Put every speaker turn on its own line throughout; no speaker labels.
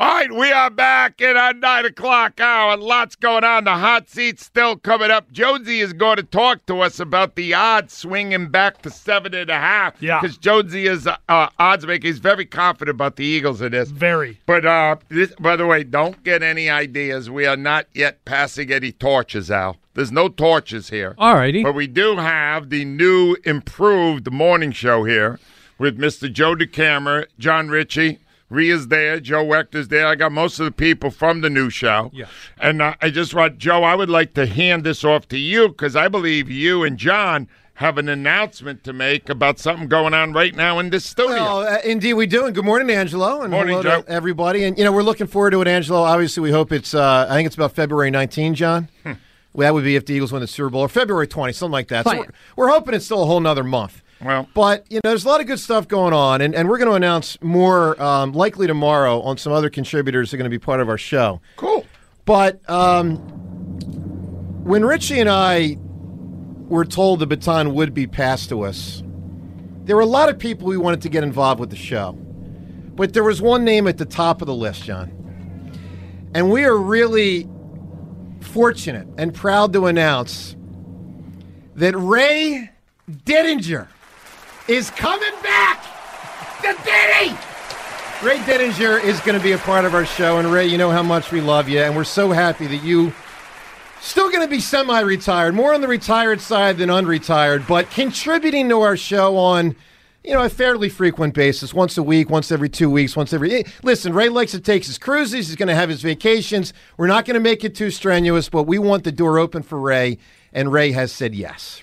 All right, we are back in our nine o'clock hour. Lots going on. The hot seat's still coming up. Jonesy is going to talk to us about the odds swinging back to seven and a half.
Yeah.
because Jonesy is uh, uh, odds maker. He's very confident about the Eagles in this.
Very.
But uh, this, by the way, don't get any ideas. We are not yet passing any torches, Al. There's no torches here.
Alrighty.
But we do have the new improved morning show here with Mr. Joe DeCamera, John Ritchie. Ria's there, Joe Wechter's there. I got most of the people from the new show.
Yeah.
And uh, I just want, Joe, I would like to hand this off to you because I believe you and John have an announcement to make about something going on right now in this studio.
Well, uh, indeed we do. And good morning, Angelo, and
Morning,
hello
Joe.
to everybody. And you know, we're looking forward to it, Angelo. Obviously, we hope it's. Uh, I think it's about February 19, John.
Hmm.
Well, that would be if the Eagles win the Super Bowl, or February 20, something like that. So
Fine.
we're, we're hoping it's still a whole nother month.
Well-
but you know, there's a lot of good stuff going on, and, and we're going to announce more um, likely tomorrow on some other contributors that are going to be part of our show.
cool.
But um, when Richie and I were told the baton would be passed to us, there were a lot of people we wanted to get involved with the show. But there was one name at the top of the list, John. And we are really fortunate and proud to announce that Ray Didinger is coming back to Diddy! Ray Denninger is going to be a part of our show. And Ray, you know how much we love you. And we're so happy that you still going to be semi retired, more on the retired side than unretired, but contributing to our show on. You know, a fairly frequent basis, once a week, once every two weeks, once every. eh, Listen, Ray likes to take his cruises. He's going to have his vacations. We're not going to make it too strenuous, but we want the door open for Ray, and Ray has said yes.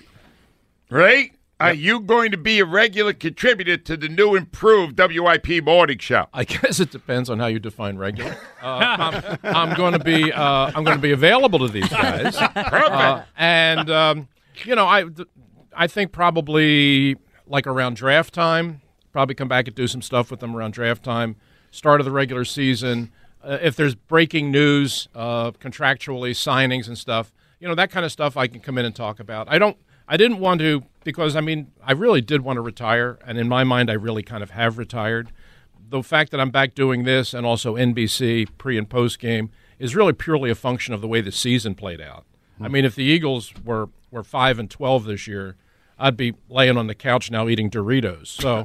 Ray, are you going to be a regular contributor to the new improved WIP morning show?
I guess it depends on how you define regular. Uh, I'm, I'm going to be uh, I'm going to be available to these guys, Uh, and um, you know I I think probably like around draft time, probably come back and do some stuff with them around draft time, start of the regular season. Uh, if there's breaking news, uh, contractually signings and stuff, you know that kind of stuff I can come in and talk about. I don't I didn't want to because I mean I really did want to retire, and in my mind I really kind of have retired the fact that I'm back doing this and also NBC pre and post game is really purely a function of the way the season played out. I mean, if the Eagles were were five and twelve this year, I'd be laying on the couch now eating Doritos. So,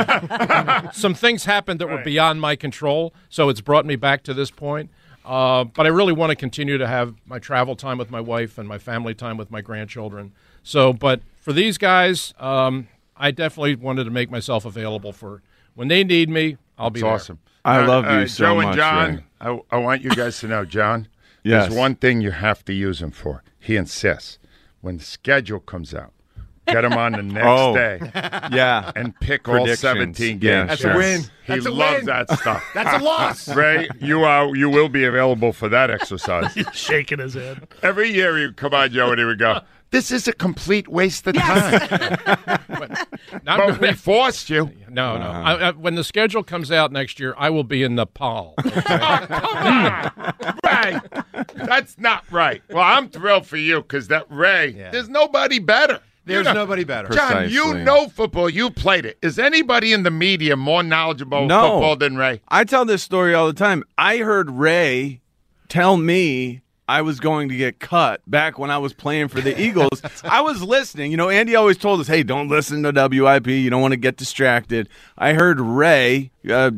uh, some things happened that were beyond my control, so it's brought me back to this point. Uh, but I really want to continue to have my travel time with my wife and my family time with my grandchildren. So, but for these guys, um, I definitely wanted to make myself available for when they need me. I'll be
It's
there.
awesome. Uh,
I love you so
Joe and
much,
John,
Ray.
I, I want you guys to know, John,
Yes.
there's one thing you have to use him for. He insists. When the schedule comes out, Get him on the next
Oh.
day
Yeah.
and pick all
Predictions.
17 games.
Yeah, That's a sure.
win.
He
That's a
loves
win.
that stuff.
That's a loss.
Ray, you are you will be available for that exercise.
shaking his head.
Every year you come on, Joe, and he would go, This is a complete waste of time.
Not
but we forced you.
No, no. I, I, when the schedule comes out next year, I will be in Nepal.
Right. That's not right. Well, I'm thrilled for you because that Ray, there's nobody better. You
There's
know-
nobody better.
John, you
Precisely.
know football. You played it. Is anybody in the media more knowledgeable
No.
of football than Ray?
I tell this story all the time. I heard Ray tell me I was going to get cut back when I was playing for the Eagles. I was listening. You know, Andy always told us, hey, don't listen to WIP. You don't want to get distracted. I heard Ray uh,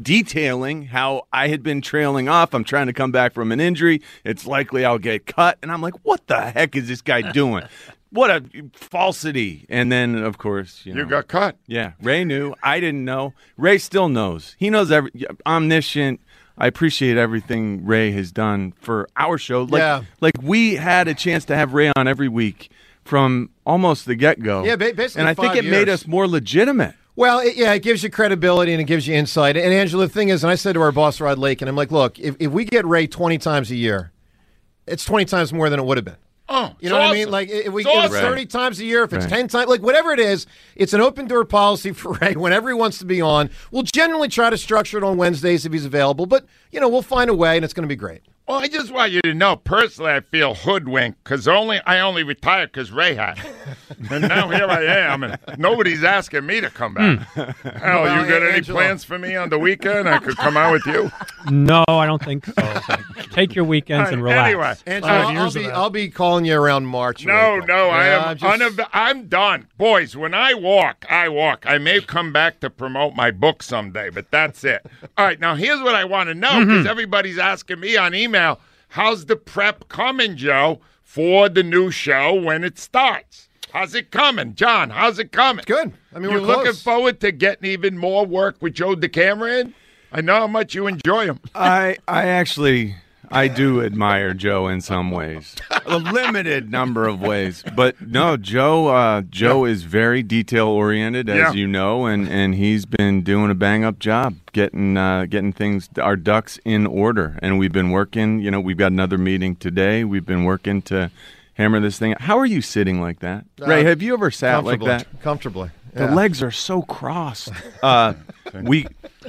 detailing how I had been trailing off. I'm trying to come back from an injury. It's likely I'll get cut. And I'm like, what the heck is this guy doing? What a falsity. And then, of course, you,
You
know,
got cut.
yeah, Ray knew. I didn't know. Ray still knows. He knows every omniscient. I appreciate everything Ray has done for our show. Like,
Yeah.
like we had a chance to have Ray on every week from almost the get go.
Yeah, ba- basically
And I think
five
it made
years.
us more legitimate.
Well, it, yeah, it gives you credibility and it gives you insight. And Angela, the thing is, and I said to our boss Rod Lake, and I'm like, look, if, if we get Ray 20 times a year, it's 20 times more than it would have been.
Oh,
You know
it's
what I mean?
awesome.
Like if we
It's
if it's
awesome.
thirty times a year, if it's
Right.
ten times, like whatever it is, it's an open door policy for Ray whenever he wants to be on. We'll generally try to structure it on Wednesdays if he's available, but you know we'll find a way, and it's going to be great.
Well, I just want you to know personally, I feel hoodwinked because only I only retired because Ray had, it. and now here I am, and nobody's asking me to come back. Hell,
Well,
you got any
Angela-
plans for me on the weekend? I could come out with you.
No, I don't think so. Take your weekends and relax.
Anyway, uh,
And
Five
I'll, I'll
years of
be
that.
I'll be calling you around March. or
no,
April.
no, I
Yeah,
am.
I'm just-
unav- I'm done, boys. When I walk, I walk. I may come back to promote my book someday, but that's it. All right, now here's what I want to know
Mm-hmm.
because everybody's asking me on email, "How's the prep coming, Joe, for the new show when it starts? How's it coming, John? How's it coming?
good. I mean,
You're
we're
looking
close.
forward to getting even more work with Joe DeCameron. I know how much you enjoy him.
Uh,
I, I actually, I do admire Joe in some ways, a limited number of ways. But no, Joe, uh, Joe is very detail oriented, as
Yeah.
you know, and, and he's been doing a bang up job getting uh, getting things our ducks in order. And we've been working. You know, we've got another meeting today. We've been working to hammer this thing. out. How are you sitting like that, Ray? Have you ever sat like
comfortably,
that?
comfortably.
The
Yeah.
legs are so crossed. Uh, we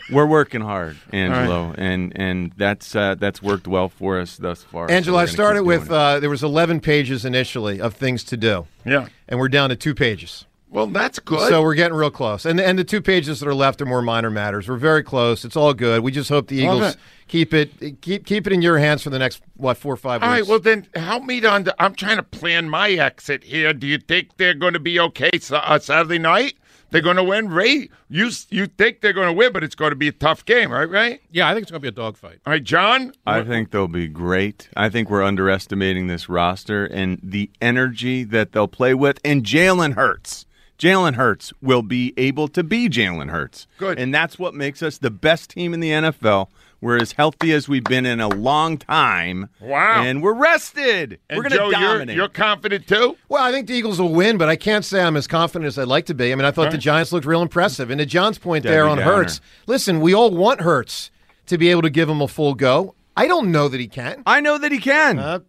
we're working hard, Angelo, and and that's uh, that's worked well for us thus far. so
Angela,
we're
I
gonna keep
started
doing
with
it.
uh, there was eleven pages initially of things to do,
Yeah.
and we're down to two pages.
Well, that's good.
So we're getting real close, and and the two pages that are left are more minor matters. We're very close. It's all good. We just hope the
Love
Eagles
it.
keep it keep keep it in your hands for the next what four or five weeks.
All right, well then, help me to. Under- I'm trying to plan my exit here. Do you think they're going to be okay sa- uh, Saturday night? They're going to win, Ray. You s- you think they're going to win, but it's going to be a tough game, right? Right.
yeah, I think it's going to be a dogfight.
All right, John.
I think they'll be great. I think we're underestimating this roster and the energy that they'll play with. And Jalen Hurts, Jalen Hurts will be able to be Jalen Hurts.
Good.
and that's what makes us the best team in the NFL. We're as healthy as we've been in a long time.
Wow.
And we're rested.
and
we're going
Joe,
to
you're,
dominate.
you're confident too.
Well, I think the Eagles will win, but I can't say I'm as confident as I'd like to be. I mean, I thought the Giants looked real impressive. And to John's point there
Debbie
on
Downer.
Hurts, listen, we all want Hurts to be able to give him a full go. I don't know that he can.
I know that he can.
All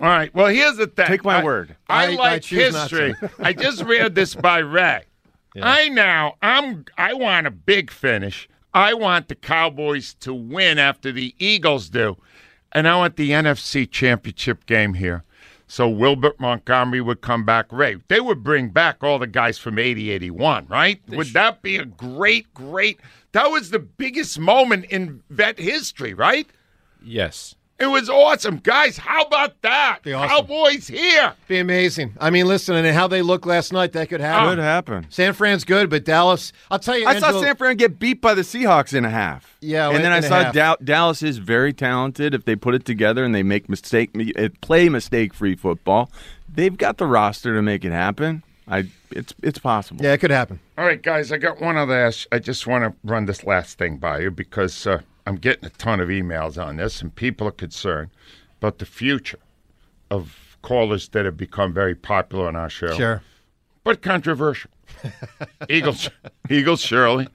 right. Well, here's the thing.
Take my
I-
word.
I,
I- I
like
choose not
history. I just read this by Ray. I now I'm I want a big finish. I want the Cowboys to win after the Eagles do, and I want the NFC Championship game here. So Wilbert Montgomery would come back. Ray, they would bring back all the guys from 80, 81, right? Would that be a great, great? That was the biggest moment in vet history, right?
Yes.
It was awesome, guys. How about that?
Be awesome.
Cowboys here.
Be amazing. I mean, listen, and how they looked last night, that could happen.
Could happen.
San Fran's good, but Dallas, I'll tell you,
I saw
Angelo-
San Fran get beat by the Seahawks in a half.
Yeah,
and then I
and a
saw
half.
Dow- Dallas is very talented. If they put it together and they make mistake, me- eh, play mistake-free football, they've got the roster to make it happen. I, it's it's possible.
Yeah, it could happen.
All right, guys, I got one other. ask- I just want to run this last thing by you because uh, I'm getting a ton of emails on this, and people are concerned about the future of callers that have become very popular on our show.
Sure.
but controversial. Eagles, Eagles, surely.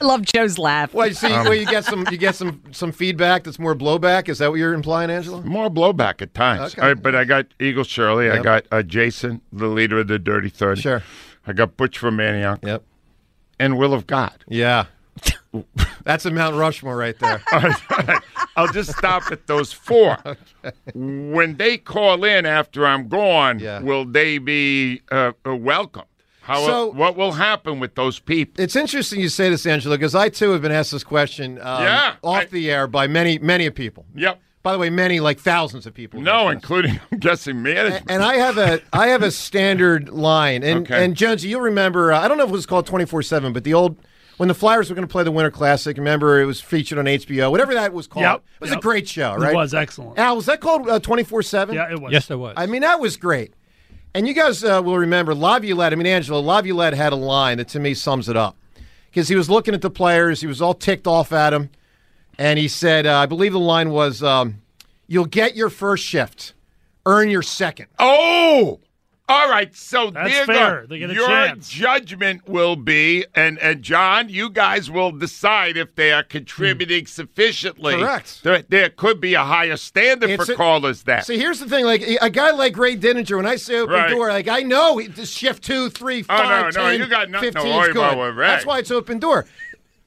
I love Joe's laugh.
Well, you see, well, you get some, you get some, some feedback that's more blowback. Is that what you're implying, Angela?
More blowback at times.
Okay.
All right, but I got Eagles Shirley. I
Yep.
got uh, Jason, the leader of the Dirty 30.
Sure.
I got Butch from Maniac
Yep.
and Will of God.
Yeah. That's a Mount Rushmore right there.
I'll just stop at those four. When they call in after I'm gone,
Yeah.
will they be uh, uh, welcomed? How, uh,
So-
what will happen with those people?
It's interesting you say this, Angela, because I too have been asked this question um,
Yeah,
off
I-
the air by many, many of people.
Yep.
By the way, many like thousands of people.
No,
and
including, I'm guessing, management.
and I have a I have a standard line, and
Okay.
and Jonesy, you'll remember. Uh, I don't know if it was called twenty four seven, but the old when the Flyers were going to play the Winter Classic. Remember, it was featured on HBO, whatever that was called.
Yep,
It was a
yep.
great show, right?
It was excellent.
Al, was that called twenty four seven?
Yeah, it was.
Yes, there was.
I mean, that was great. And you guys uh, will remember Laviolette. I mean, Angela Laviolette had a line that to me sums it up because he was looking at the players. He was all ticked off at him, and he said, uh, "I believe the line was, um, you'll get your first shift, earn your second.
Oh, all right. So
That's
there
fair.
go-
They get a
your
chance.
judgment will be, and and John, you guys will decide if they are contributing sufficiently.
Hmm. Correct.
There, there could be a higher standard
It's
for
a-
callers. That
See, here's the thing: like a guy like Ray Dininger, when I say open
Uh, Right.
door, like I know it- this shift two, three,
Oh,
five,
no, no,
10,
you got nothing to
15 's
worry about
good.
with Ray.
That's why it's open door.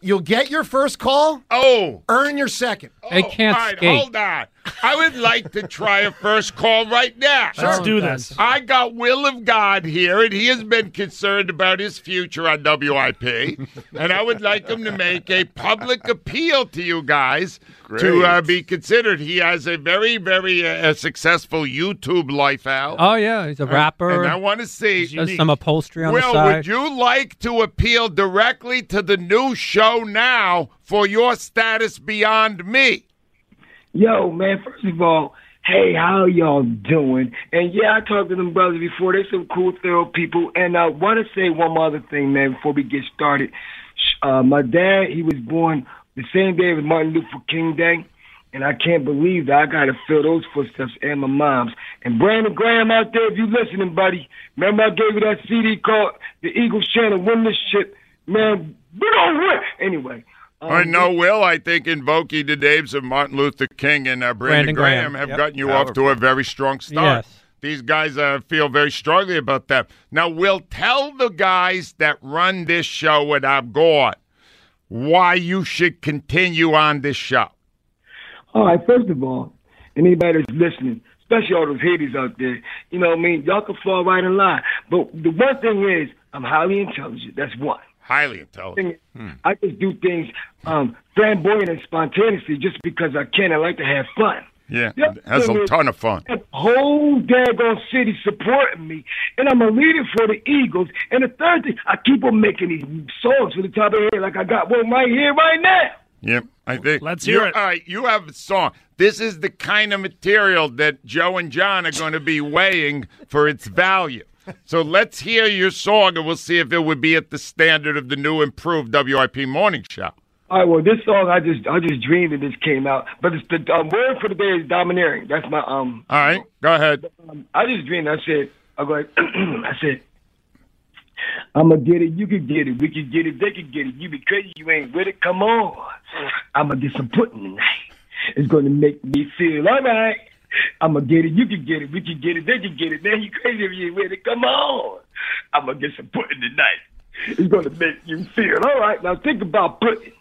You'll get your first call,
oh.
earn your second.
They
oh,
can't
all right,
skate.
Hold on. I would like to try a first call right now.
Let's do this.
I got Will of God here, and he has been concerned about his future on WIP. and I would like him to make a public appeal to you guys to uh, be considered. He has a very, very uh, uh, successful YouTube life out.
oh yeah, he's a rapper.
and I want to see.
does some upholstery on the
Will,
side.
would you like to appeal directly to the new show now for your status beyond me?
Yo, man, first of all, hey, how y'all doing? And yeah, I talked to them brothers before. They some cool, thorough people. And I want to say one more other thing, man, before we get started. Sh- Uh, my dad, he was born the same day as Martin Luther King Day. And I can't believe that I got to fill those footsteps and my mom's. And Brandon Graham out there, if you listening, buddy, remember I gave you that CD called The Eagles Channel Win This Shit? Man, we don't win. Anyway.
Oh,
um,
I know, Will. I think invoking the names of Martin Luther King and uh, Brandon,
Brandon
Graham,
Graham.
have
Yep.
gotten you off to a very strong start.
Yes.
These guys uh, feel very strongly about that. Now, Will, tell the guys that run this show when I'm gone why you should continue on this show.
All right, first of all, anybody that's listening, especially all those haters out there, you know what I mean? Y'all can fall right in line. But the one thing is, I'm highly intelligent. That's one.
Highly intelligent.
Thing is, I just do things um, flamboyant and spontaneously just because I can. I like to have fun.
Yeah,
The other
that's
thing
a
is,
ton of fun.
that whole daggone city supporting me, and I'm a leader for the Eagles. And the third thing, I keep on making these songs for the top of the head like I got one right here, right now.
Yep, I think.
Let's
you,
hear it.
All right, you have a song. This is the kind of material that Joe and John are going to be weighing for its value. So let's hear your song, and we'll see if it would be at the standard of the new improved WIP morning show.
All right, well, this song I just I just dreamed that this came out, but it's the um, word for the day is domineering. That's my um.
All right, go ahead.
I just dreamed. I said I go. I said I'ma get it. You can get it. We can get it. They can get it. You be crazy. You ain't with it. Come on. I'ma get some pudding tonight. It's gonna make me feel all right. I'ma get it. You can get it. We can get it. They can get it. Man, you crazy if you ain't with it. Come on. I'ma get some pudding tonight. It's gonna make you feel all right. Now think about pudding.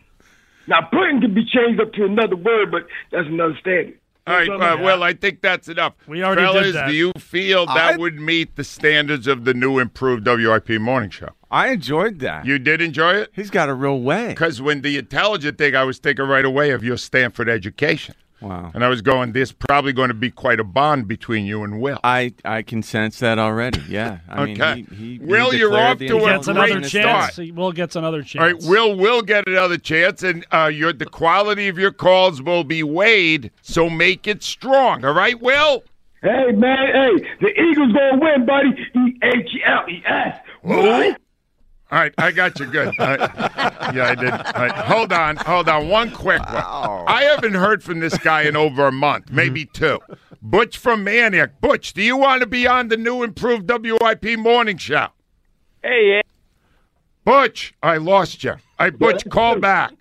Now, pudding can be changed up to another word, but that's another standard.
All right, uh, well, I think that's enough.
We already did
Fellas,
that.
do you feel that
I-
would meet the standards of the new improved WIP morning show?
I enjoyed that.
You did enjoy it?
He's got a real way.
Because when the intelligent thing, I was thinking right away of your Stanford education.
Wow.
And I was going, there's probably going to be quite a bond between you and Will.
I, I can sense that already. Yeah. I
Okay.
mean, he, he, he
Will, you're
declared
off
the
to a
He
Well,
gets
intelligence
another
in his
chance.
start.
He will gets another
All right,
chance.
Will will get another chance, and uh, your the quality of your calls will be weighed. So make it strong. All right, Will.
Hey, man, hey, the Eagles gonna win, buddy. E H L E S. What?
All right, I got you good. All right. Yeah, I did. All right, hold on, hold on. One quick one. I haven't heard from this guy in over a month, maybe
Mm-hmm.
two. Butch from Maniac. Butch, do you want to be on the new improved WIP morning show?
Hey,
Butch, I lost you. I Butch, call back.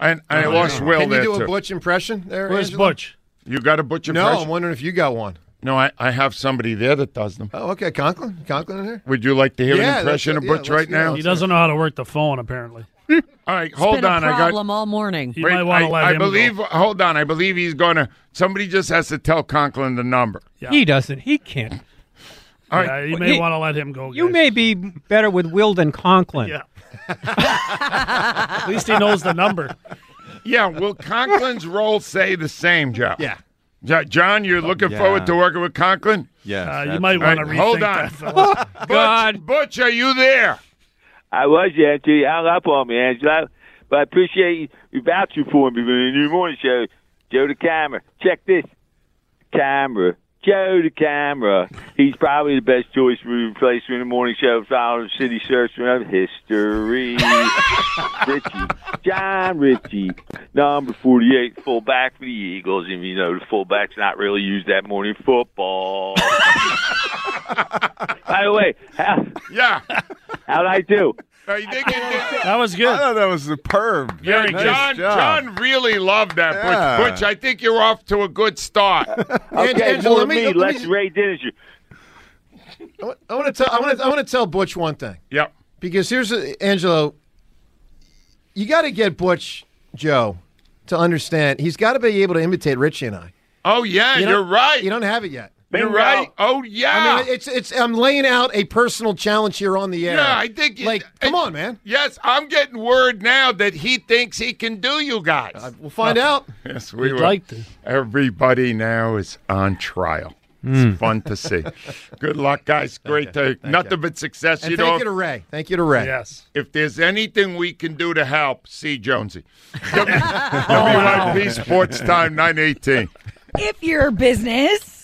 And and I lost Will
Oh, Can you
there
do
too.
a Butch impression there?
Where's
Angela?
Butch?
you got a Butch
No,
impression?
I'm wondering if you got one.
No, I, I have somebody there that does them.
Oh, okay. Conklin? Conklin in here?
Would you like to hear
Yeah,
an impression of
let's- yeah,
Butch
let's
right
hear it.
now?
He doesn't know how to work the phone, apparently.
All right, hold
Been
on.
a
I got.
problem all morning.
You
Wait,
might want
I,
to let
I
him
believe.
Go.
Hold on. I believe he's going to. Somebody just has to tell Conklin the number.
He doesn't. He can't.
All right.
Yeah, you may
He-
want to let him go. Guys.
You may be better with Will than Conklin.
Yeah. At least he knows the number. Uh,
Yeah. Will Conklin's role say the same, Joe?
Yeah. Oh,
Jo- John, you're looking
yeah.
forward to working with Conklin.
Yes.
Uh, you
that's-
might
All
want to
right,
rethink
hold on.
that. fella.
Butch, Butch, are you there?
I was, Angela. You hung up on me, Angela. But I appreciate you, you vouching for me in your morning show. Joe the camera. Check this. Camera. Joe the camera. He's probably the best choice for replacement in the morning show following City Search from history. Richie. John Richie. Number 48, fullback for the Eagles. And you know, the fullback's not really used that morning football. By the way, how,
Yeah.
how'd I do?
I think you did.
That was
I
good.
thought that was superb.
Yeah,
Nice
John,
job.
John really loved that,
Yeah.
Butch. Butch, I think you're off to a good start.
Ang-
Okay,
Angela,
more
let me-
me,
let me-
less Ray Dininger.
I wa- I want to tell. I want to. I want to tell Butch one thing
yep.
because here's a, Angelo. You got to get Butch Joe to understand. He's got to be able to imitate Richie and I.
Oh, yeah, you
don't-
are right.
You
You
don't have it yet.
are
Bingo.
right. Oh, yeah.
I mean, it's it's. I'm laying out a personal challenge here on the air.
yeah, I think. it-
Like,
it-
come on, man.
Yes, I'm getting word now that he thinks he can do you guys.
We'll find out.
yes, we
You'd
will.
like to.
Everybody now is on trial.
Hmm.
It's fun to see. Good luck, guys. Great to nothing but success.
And
you
thank
know,
you to Ray. Thank you to Ray.
Yes.
if there's anything we can do to help, see Jonesy.
Oh,
W- WIP Sports Time 918.
If your business